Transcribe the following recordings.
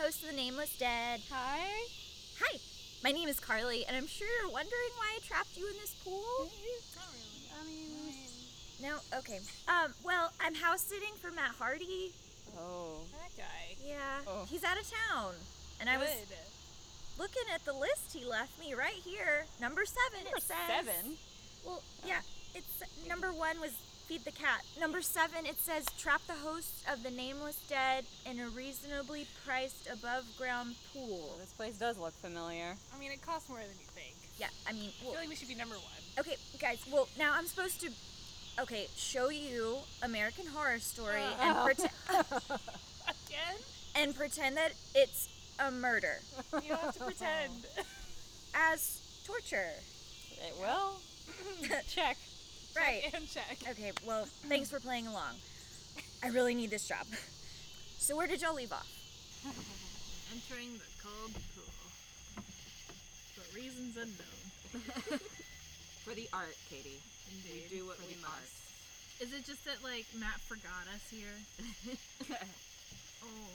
host of The Nameless Dead. Hi. Hi, my name is Carly, and I'm sure you're wondering why I trapped you in this pool. I mean. No, okay. Um, well, I'm house sitting for Matt Hardy. Oh. That guy. Yeah, Oh. he's out of town, and I was looking at the list he left me right here. Number seven. Number it says. seven. Oh. Well, yeah. It's number one was feed the cat. Number seven, it says trap the host of the nameless dead in a reasonably priced above ground pool. Well, this place does look familiar. I mean, it costs more than you think. Yeah, I mean, I well, feel like we should be number one. okay, guys. Well, now I'm supposed to, okay, show you American Horror Story and Oh. pretend Again? and pretend that it's a murder You don't have to pretend. as torture. It will. Check. Right. and check. Okay, well, thanks for playing along. I really need this job. So, where did y'all leave off? Entering the cold pool. For reasons unknown. For the art, Katie. Indeed. We do what For we the art. must. Is it just that like Matt forgot us here? Oh,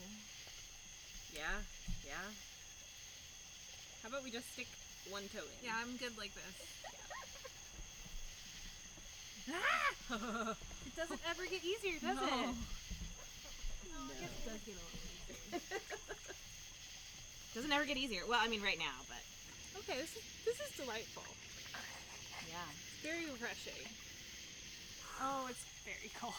Yeah, yeah. How about we just stick one toe in? yeah, I'm good like this. It doesn't ever get easier, does No. it? I guess it does get a little. Doesn't ever get easier. Well, I mean, right now, but Okay, this is this is delightful. yeah. It's very refreshing. Oh, it's very cold.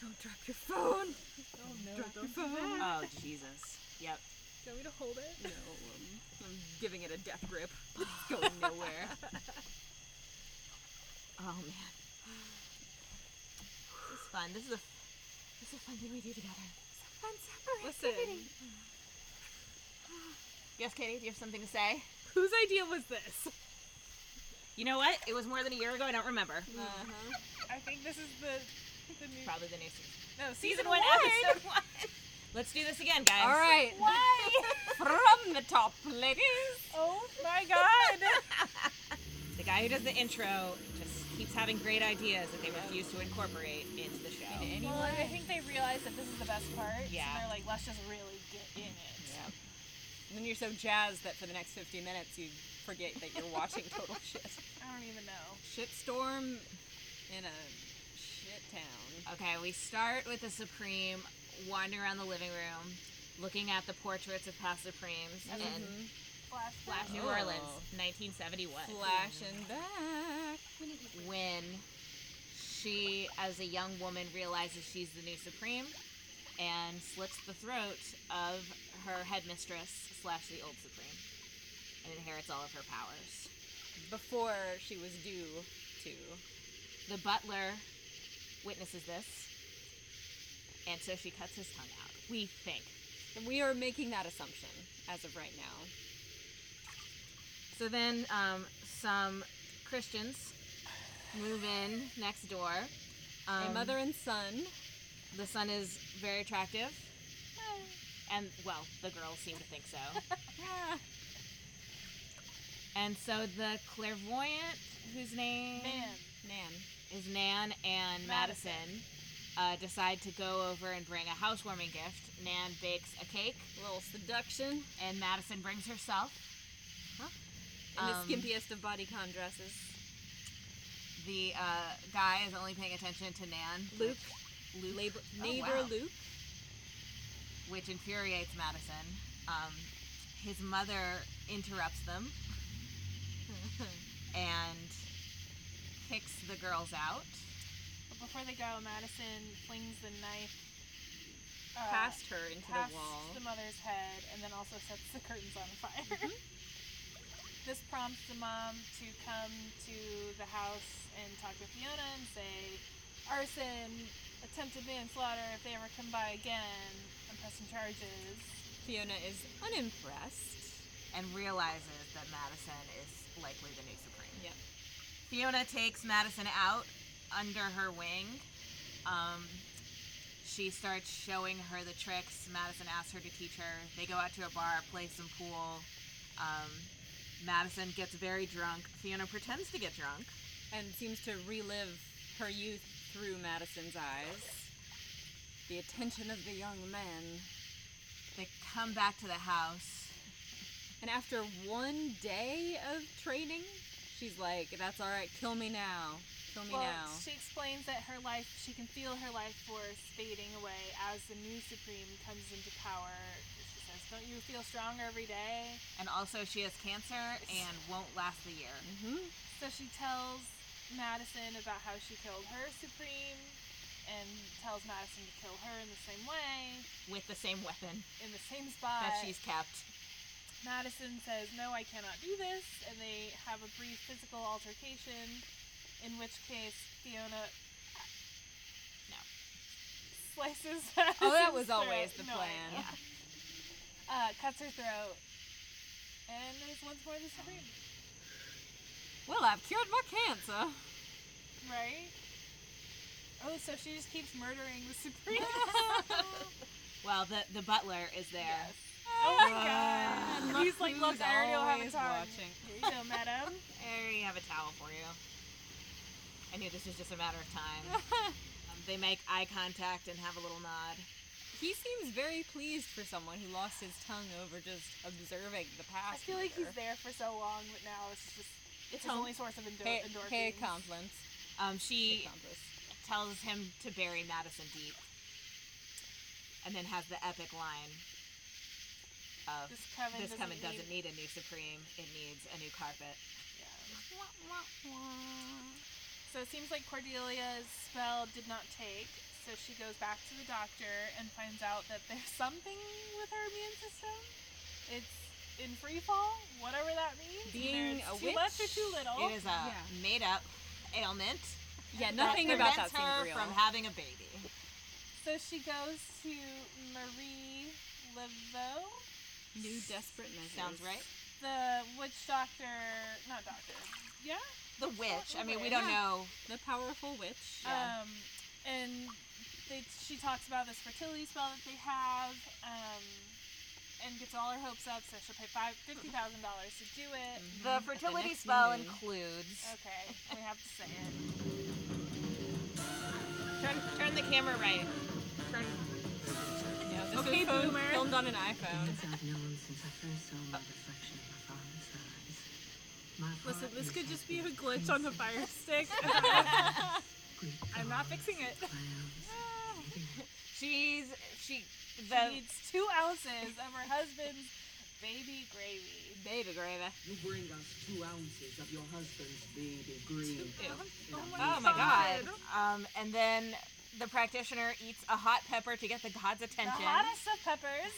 Don't drop your phone. oh no, don't do that. Oh Jesus. Yep. Do you want me to hold it? No, I'm, I'm giving it a death grip. It's going nowhere. oh man. This is fun. This is a this is a fun thing we do together. Listen, Yes, Katie, do you have something to say? whose idea was this? You know what? It was more than a year ago. I don't remember. I think this is the the new Uh, Probably the new season. no Season one, episode one. Let's do this again, guys. All right. Why? From the top, ladies. Oh my god! The guy who does the intro just keeps having great ideas that they refuse to incorporate into the show. well, and I think they realize that this is the best part. Yeah. So they're like, let's just really get in it. Yeah. And then you're so jazzed that for the next 50 minutes you forget that you're watching total shit. I don't even know. Shitstorm in a shit town. Okay, we start with the Supreme wandering around the living room, looking at the portraits of past Supremes in Flash. Flash New Oh. Orleans, 1971. Flashing back. When she, as a young woman, realizes she's the new Supreme and slits the throat of her headmistress slash the old Supreme and inherits all of her powers. Before she was due to. The butler witnesses this, and so she cuts his tongue out. We think. And we are making that assumption as of right now. So then um, some Christians move in next door. Um, a mother and son. The son is very attractive. And, well, the girls seem to think so. Ah, and so the clairvoyant, whose name Man. Nan. is Nan and Madison, uh, decide to go over and bring a housewarming gift. Nan bakes a cake, little seduction and Madison brings herself. in Um, the skimpiest of bodycon dresses. The uh, guy is only paying attention to Nan. Luke. Luke. Labor, Oh, neighbor wow. Luke. which infuriates Madison. Um, his mother interrupts them and kicks the girls out. But before they go, Madison flings the knife uh, Passed her into past the wall. the mother's head, and then also sets the curtains on fire. Mm-hmm. this prompts the mom to come to the house and talk to Fiona and say, "Arson, attempted manslaughter. If they ever come by again, I'm pressing charges." Fiona is unimpressed. And realizes that Madison is likely the new Supreme. Yep. Fiona takes Madison out under her wing. Um, she starts showing her the tricks. Madison asks her to teach her. They go out to a bar, play some pool. Um, Madison gets very drunk. Fiona pretends to get drunk. And seems to relive her youth through Madison's eyes. the attention of the young men. They come back to the house. And after one day of training, she's like, that's all right, kill me now. Kill me Well, now. she explains that her life, she can feel her life force fading away as the new Supreme comes into power. She says, Don't you feel stronger every day? And also, she has cancer and won't last the year. Mm-hmm. So she tells Madison about how she killed her Supreme and tells Madison to kill her in the same way, With the same weapon in the same spot. that she's kept. Madison says, No, I cannot do this, and they have a brief physical altercation, in which case Fiona. No. Slices. Madison's Oh, that was throat. always the No, I plan. know. Uh, cuts her throat. And there's once more the Supreme, Well, I've cured my cancer. right? Oh, so she just keeps murdering the Supreme. Well, the, the butler is there. Yes. Oh my god. And And he's like, look, who's I already don't have a always time. watching. Here you go, madam. I already have a towel for you. I knew this was just a matter of time. um, they make eye contact and have a little nod. He seems very pleased for someone who lost his tongue over just observing the I past. feel like he's murder. there for so long, but now it's just it's his home. only source of endor- Hey, endorphins. hey, accomplice. Um, Hey, she accomplice. tells him to bury Madison deep, and then has the epic line of This coven "This doesn't coven need- doesn't need a new supreme; it needs a new carpet." Yeah. So it seems like Cordelia's spell did not take, so she goes back to the doctor and finds out that there's something with her immune system. It's in free fall, whatever that means. either Being it's a too much or witch, too little. It is a yeah. made-up ailment. Yeah, nothing that about that prevents seemed her real. from having a baby. So she goes to Marie Laveau, New desperate measures. Sounds right. the witch doctor, not doctor, yeah, The witch. I mean, we Okay. don't Yeah. know. The powerful witch. Uh, Um, and they, she talks about this fertility spell that they have, um, and gets all her hopes up, so she'll pay five, $50,000 to do it. The Mhm. At the fertility next spell moon. includes. Okay, we have to say it. Uh, Turn, turn the camera right. Turn. Yeah, this Okay, was filmed- boomer. filmed on an iPhone. I've known since I first saw my reflection in my father's eyes. My Listen, heart this is could like just the be a glitch on the crimson fire stick. Greek I'm not gods fixing and it. clowns. She's she She the needs two ounces of her husband's baby gravy. baby gravy. You bring us two ounces of your husband's baby green. Oh my Oh my god. Um, and then the practitioner eats a hot pepper to get the god's The attention. hottest of peppers.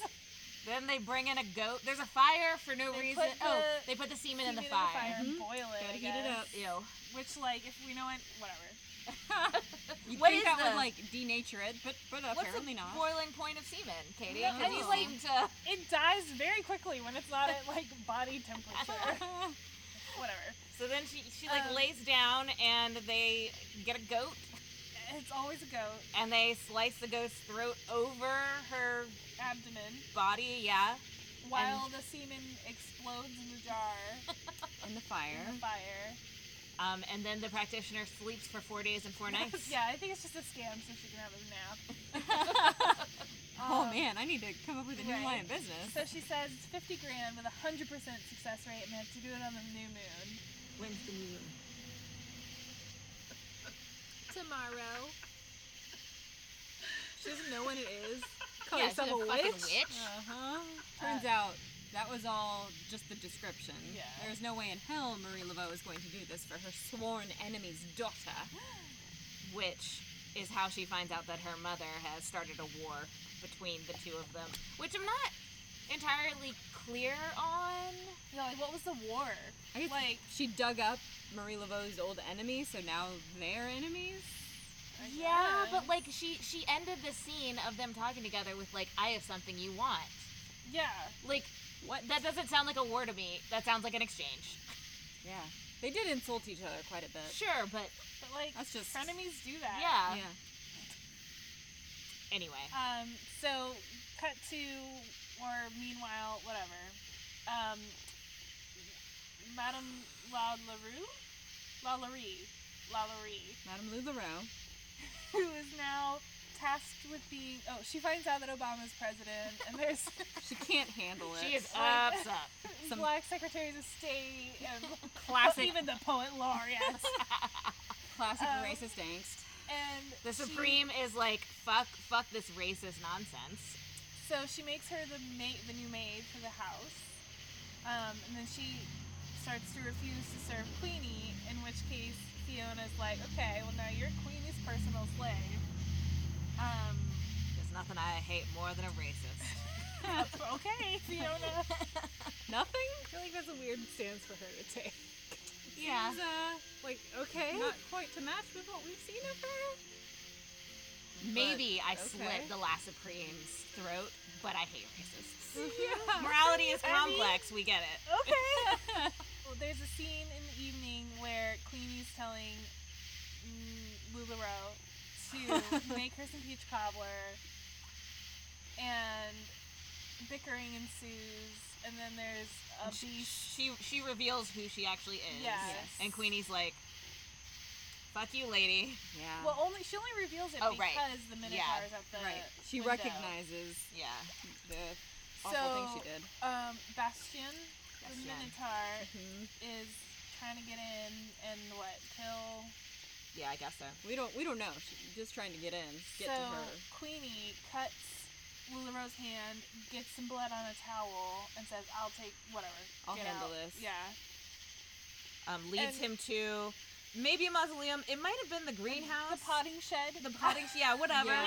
Then they bring in a goat. There's a fire for no They reason. put oh, the they put the semen in the Heat it fire. and boil it. Mm-hmm. Gotta I heat it guess. up. Ew. Which, like, if we know it, whatever. You'd What think is that the- would like denature it, but but What's apparently the not. boiling point of semen, Katie? No, Because you it's like- seem to. It dies very quickly when it's not at like body temperature. whatever. So then she she like Um, lays down and they get a goat It's always a goat and they slice the goat's throat over her abdomen body. Yeah. while the semen explodes in the jar in the fire. in the fire. Um, and then the practitioner sleeps for four days and four nights. yeah, I think it's just a scam so she can have a nap. oh Um, man, I need to come up with a new right. line of business. So she says it's 50 grand with a 100% success rate and they have to do it on the new moon. When's the meal? Tomorrow. She doesn't know when it is. Call Yeah, she's yourself a a fucking witch? witch. Uh huh. Turns out that was all just the description. Yeah. There's no way in hell Marie Laveau is going to do this for her sworn enemy's daughter. which is how she finds out that her mother has started a war between the two of them, which I'm not entirely clear on. Yeah, like what was the war? I guess Like she dug up Marie Laveau's old enemy, so now they're enemies. I yeah, but guess. like she she ended the scene of them talking together with like I have something you want. yeah, Like What? that doesn't sound like a war to me. That sounds like an exchange. Yeah. They did insult each other quite a bit. Sure, but but like That's just- frenemies do that. yeah. Yeah. Anyway, Um, so cut to or meanwhile, whatever. Um, Madame La LaRue? La LaRue. La LaRue, Madame Lou Laveau. who is now tasked with being. Oh, she finds out that Obama's president, and there's She can't handle it. She is Like- ups up. Some- black secretaries of state, and Classic. even the poet laureates, Classic um, racist angst. and The she- Supreme is like, fuck, fuck this racist nonsense. So she makes her the maid, the new maid for the house, um, and then she starts to refuse to serve Queenie. In which case, Fiona's like, "Okay, well now you're Queenie's personal slave." Um, There's nothing I hate more than a racist. okay, Fiona. Nothing? I feel like that's a weird stance for her to take. Yeah. Is, uh, Like, okay. not quite to match with what we've seen of her. Maybe I okay. slit the last Supreme's throat, but I hate racists. Yeah. Morality is I mean- oh. complex, we get it. okay. well, there's a scene in the evening where Queenie's telling mm, LuLaRoe to make her some peach cobbler, and bickering ensues, and then there's a And she, beast. she she reveals who she actually is. Yes. And Queenie's like, fuck you, lady. Yeah. Well, only she only reveals it Oh, because right. the Minotaur is at the right. She window. recognizes Yeah. the So, awful thing she did. Um, Bastion, the Bastion. Minotaur, Mhm. is trying to get in and what kill Yeah, I guess so. We don't. We don't know. She's just trying to get in. Get so to her. Queenie cuts LuLaRoe's hand, gets some blood on a towel, and says, I'll take whatever. I'll get handle out." this. Yeah. Um, leads him to maybe a mausoleum. It might have been the greenhouse. The potting shed. Uh-huh. The potting. Yeah, whatever.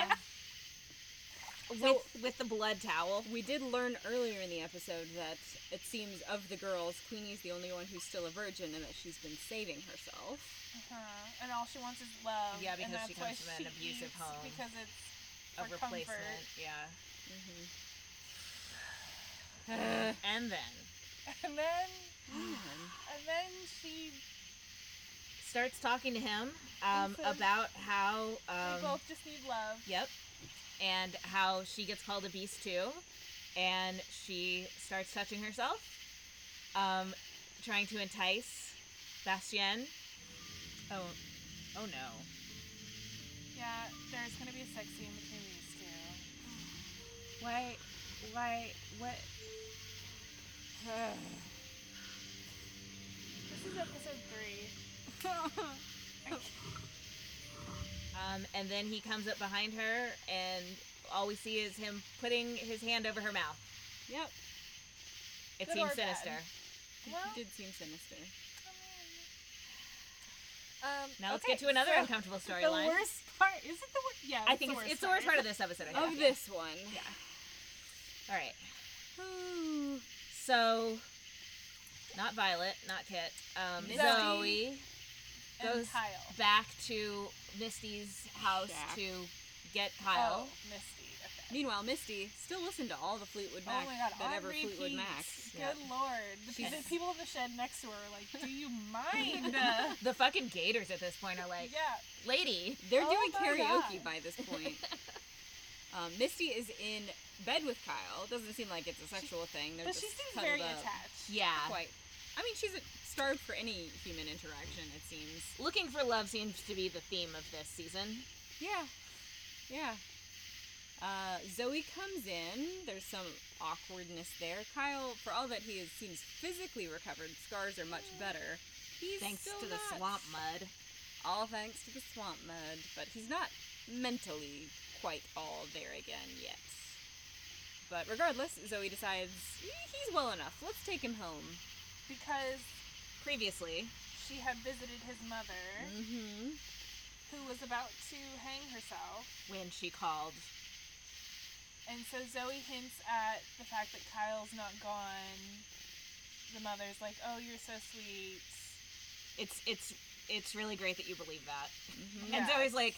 Yeah. So- with, with the blood towel. We did learn earlier in the episode that it seems of the girls, Queenie's the only one who's still a virgin, and that she's been saving herself. Uh-huh. And all she wants is love. Yeah, and because she that's why comes from an she abusive eats, home. Because it's A for replacement. comfort. Yeah. Mm-hmm. Uh, And then And then, Um, and then she, starts talking to him um, so- about how. they Um, both just need love. yep. And how she gets called a beast too. And she starts touching herself, um, trying to entice Bastien. Oh, oh no. Yeah, there's gonna be a sex scene between these two. Why? Why? What? This is episode three. Um, and then he comes up behind her, and all we see is him putting his hand over her mouth. yep. It Good seems or bad? sinister. Well, It did seem sinister. um, Now let's okay, get to another so uncomfortable The storyline. worst part is it the worst? Yeah, I think the it's, it's the part. worst part of this episode. I think. Of this one. Oh. All right. So, not Violet, not Kit. Um, Misty. Zoe And goes Kyle. back to Misty's house Shack. to get Kyle. Oh, Misty. Okay. Meanwhile, Misty still listened to all the Fleetwood Mac oh my god, that on ever repeat. Fleetwood Mac. Good lord. The, pe- the people in the shed next to her are like, do you mind? yeah. The fucking Gators at this point are like, lady. They're Oh doing my karaoke God. by this point. um, Misty is in bed with Kyle. Doesn't seem like it's a sexual thing. They're But just she seems cuddled very up. attached. Yeah. Quite. I mean, she's starved for any human interaction. It seems. Looking for love seems to be the theme of this season. Yeah. Yeah. Uh, Zoe comes in. There's some awkwardness there. Kyle, for all that he is, seems physically recovered. Scars are much better. He's Thanks still to the not- swamp mud. All thanks to the swamp mud, but he's not mentally quite all there again yet. But regardless, Zoe decides "Eh, he's well enough. Let's take him home. Because Previously, she had visited his mother, Mm-hmm. who was about to hang herself. when she called, And so Zoe hints at the fact that Kyle's not gone. The mother's like, "Oh, you're so sweet." it's it's it's really great that you believe that. Mm-hmm. And Yeah. Zoe's like,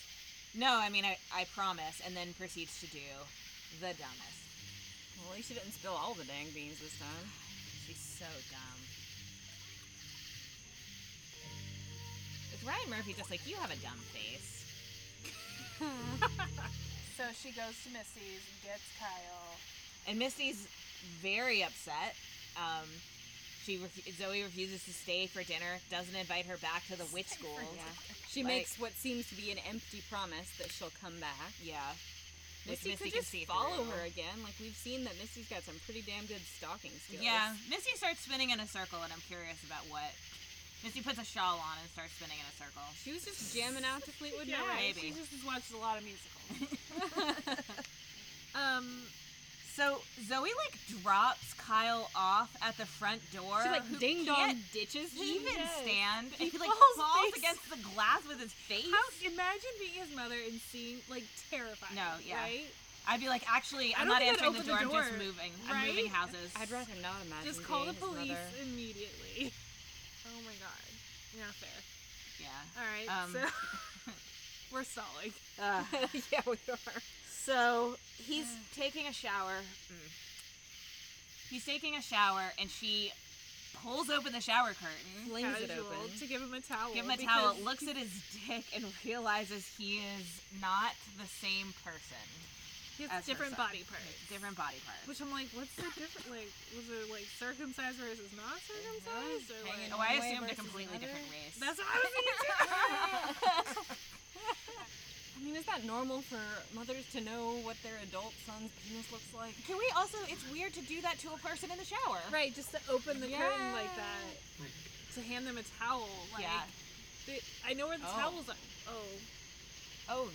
no, I mean, I, I promise, and then proceeds to do the dumbest. Well, at least she didn't spill all the dang beans this time. She's so dumb. Is Ryan Murphy just like, you have a dumb face? So she goes to Missy's, gets Kyle. And Misty's very upset. Um, She refu- Zoe refuses to stay for dinner. Doesn't invite her back to the witch school. Yeah. She Like- makes what seems to be an empty promise that she'll come back. Yeah. Which Misty, Misty could can just see follow through. her again. Like we've seen that Misty's got some pretty damn good stalking skills. Yeah. Misty starts spinning in a circle, and I'm curious about what. Misty puts a shawl on and starts spinning in a circle. She was just jamming out to Fleetwood Yeah, Mac. right. She Maybe. just has watched a lot of musicals. Um, So Zoe like drops Kyle off at the front door. she like who ding dong can't ditches him. Even stand. He, like falls, falls face- against the glass with his face. How, imagine being his mother and seeing like terrified. No, yeah. Right? I'd be like, actually, I I'm don't not think I'd answering the open door. the I'm just door, moving. I'm moving right? houses. I'd rather not imagine. Just call the being police his mother. immediately. Oh my god. Not fair. Yeah. All right. Um, so we're stalling. yeah, we are. so he's taking a shower. He's taking a shower, and she pulls open the shower curtain. Flings it Casual open. to give him a towel. Give him a towel, because- looks at his dick, and realizes he is not the same person. He has as different herself. body parts. Different body parts. Which I'm like, what's so different? Like, was it like circumcised versus not circumcised? Or like, Oh, Hanging I One way assumed a versus completely another? different race. that's what I was thinking. I mean, is that normal for mothers to know what their adult son's penis looks like? Can we also? It's weird to do that to a person in the shower. too. right, just to open the curtain like Yeah. that, Like, to hand them a towel. Like, Yeah. they, I know where the Oh. towels are. Oh, Oh.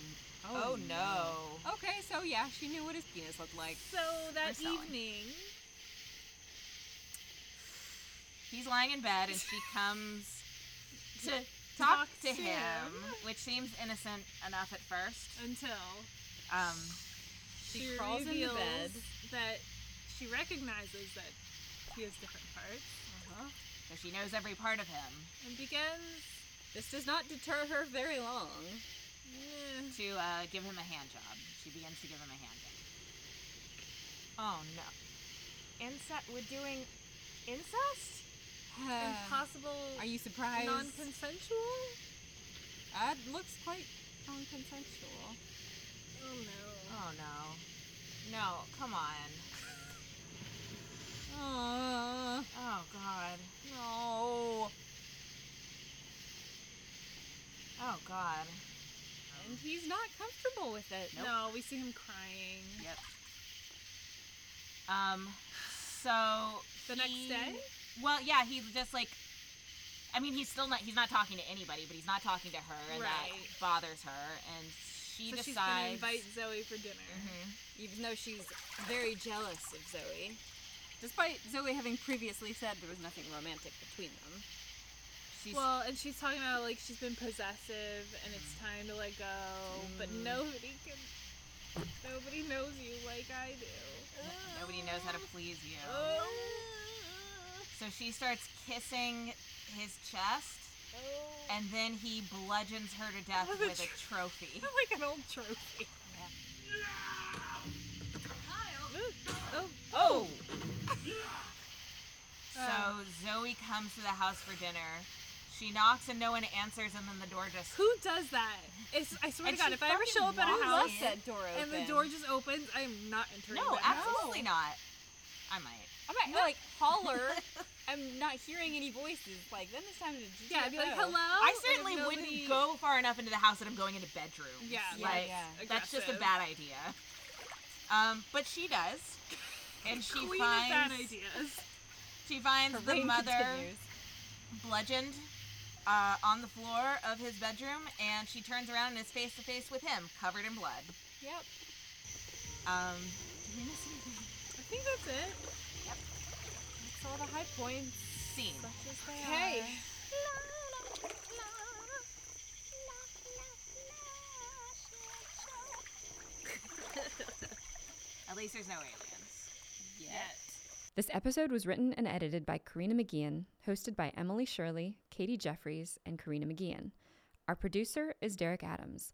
Oh, no. Okay, so yeah, she knew what his penis looked like. so that selling. evening, He's lying in bed, and she comes to Talk talk to to him, him. which seems innocent enough at first. until Um, she, crawls into reveals bed. that she recognizes that he has different parts so she knows every part of him. and begins. This does not deter her very long. eh, to uh, give him a hand job. She begins to give him a hand job. Oh no. Incest? We're doing incest? impossible. Are you surprised? non-consensual? That looks quite non-consensual. Oh no. Oh no. No, come on. Aww. Oh god. No. Oh god. And he's not comfortable with it. No, we see him crying. Yep. Um. So The next he- day? Well, yeah. He's just like. I mean, he's still not. He's not talking to anybody, but he's not talking to her, and that Right. bothers her. And she so decides. she's gonna invite Zoe for dinner. Mhm. Even though she's very jealous of Zoe. Despite Zoe having previously said there was nothing romantic between them. She's Well, and she's talking about like she's been possessive and it's time to let go, but Mm. nobody can, nobody knows you like I do. nobody knows how to please you. Oh, So she starts kissing his chest, and then he bludgeons her to death With a with a trophy. like an old trophy. Oh! Uh. so Zoe comes to the house for dinner. She knocks and no one answers, and then the door just. Who does that? It's, I swear And to God, she if I ever show up at fucking a Left house loves that door and the open. door just opens, I am not entering. No, that house. absolutely not. I might. I might like holler. Oh, I'm not hearing any voices. Like then it's time to Yeah, I'd be like, GTFO. hello. I And if certainly nobody- wouldn't go far enough into the house that I'm going into bedrooms. Yeah, Yeah, like yeah. that's just a Aggressive. bad idea. Um, but she does, and she Queen finds of bad ideas. she finds Her the reign mother. continues. bludgeoned uh, on the floor of his bedroom, and she turns around and is face to face with him, covered in blood. Yep. Um, did we miss anything? I think that's it. That's all the high points. Scene. Such as they Hey. are. At least there's no aliens. This episode was written and edited by Karina McGeehan, hosted by Emily Shirley, Katie Jeffries, and Karina McGeehan. Our producer is Derek Adams.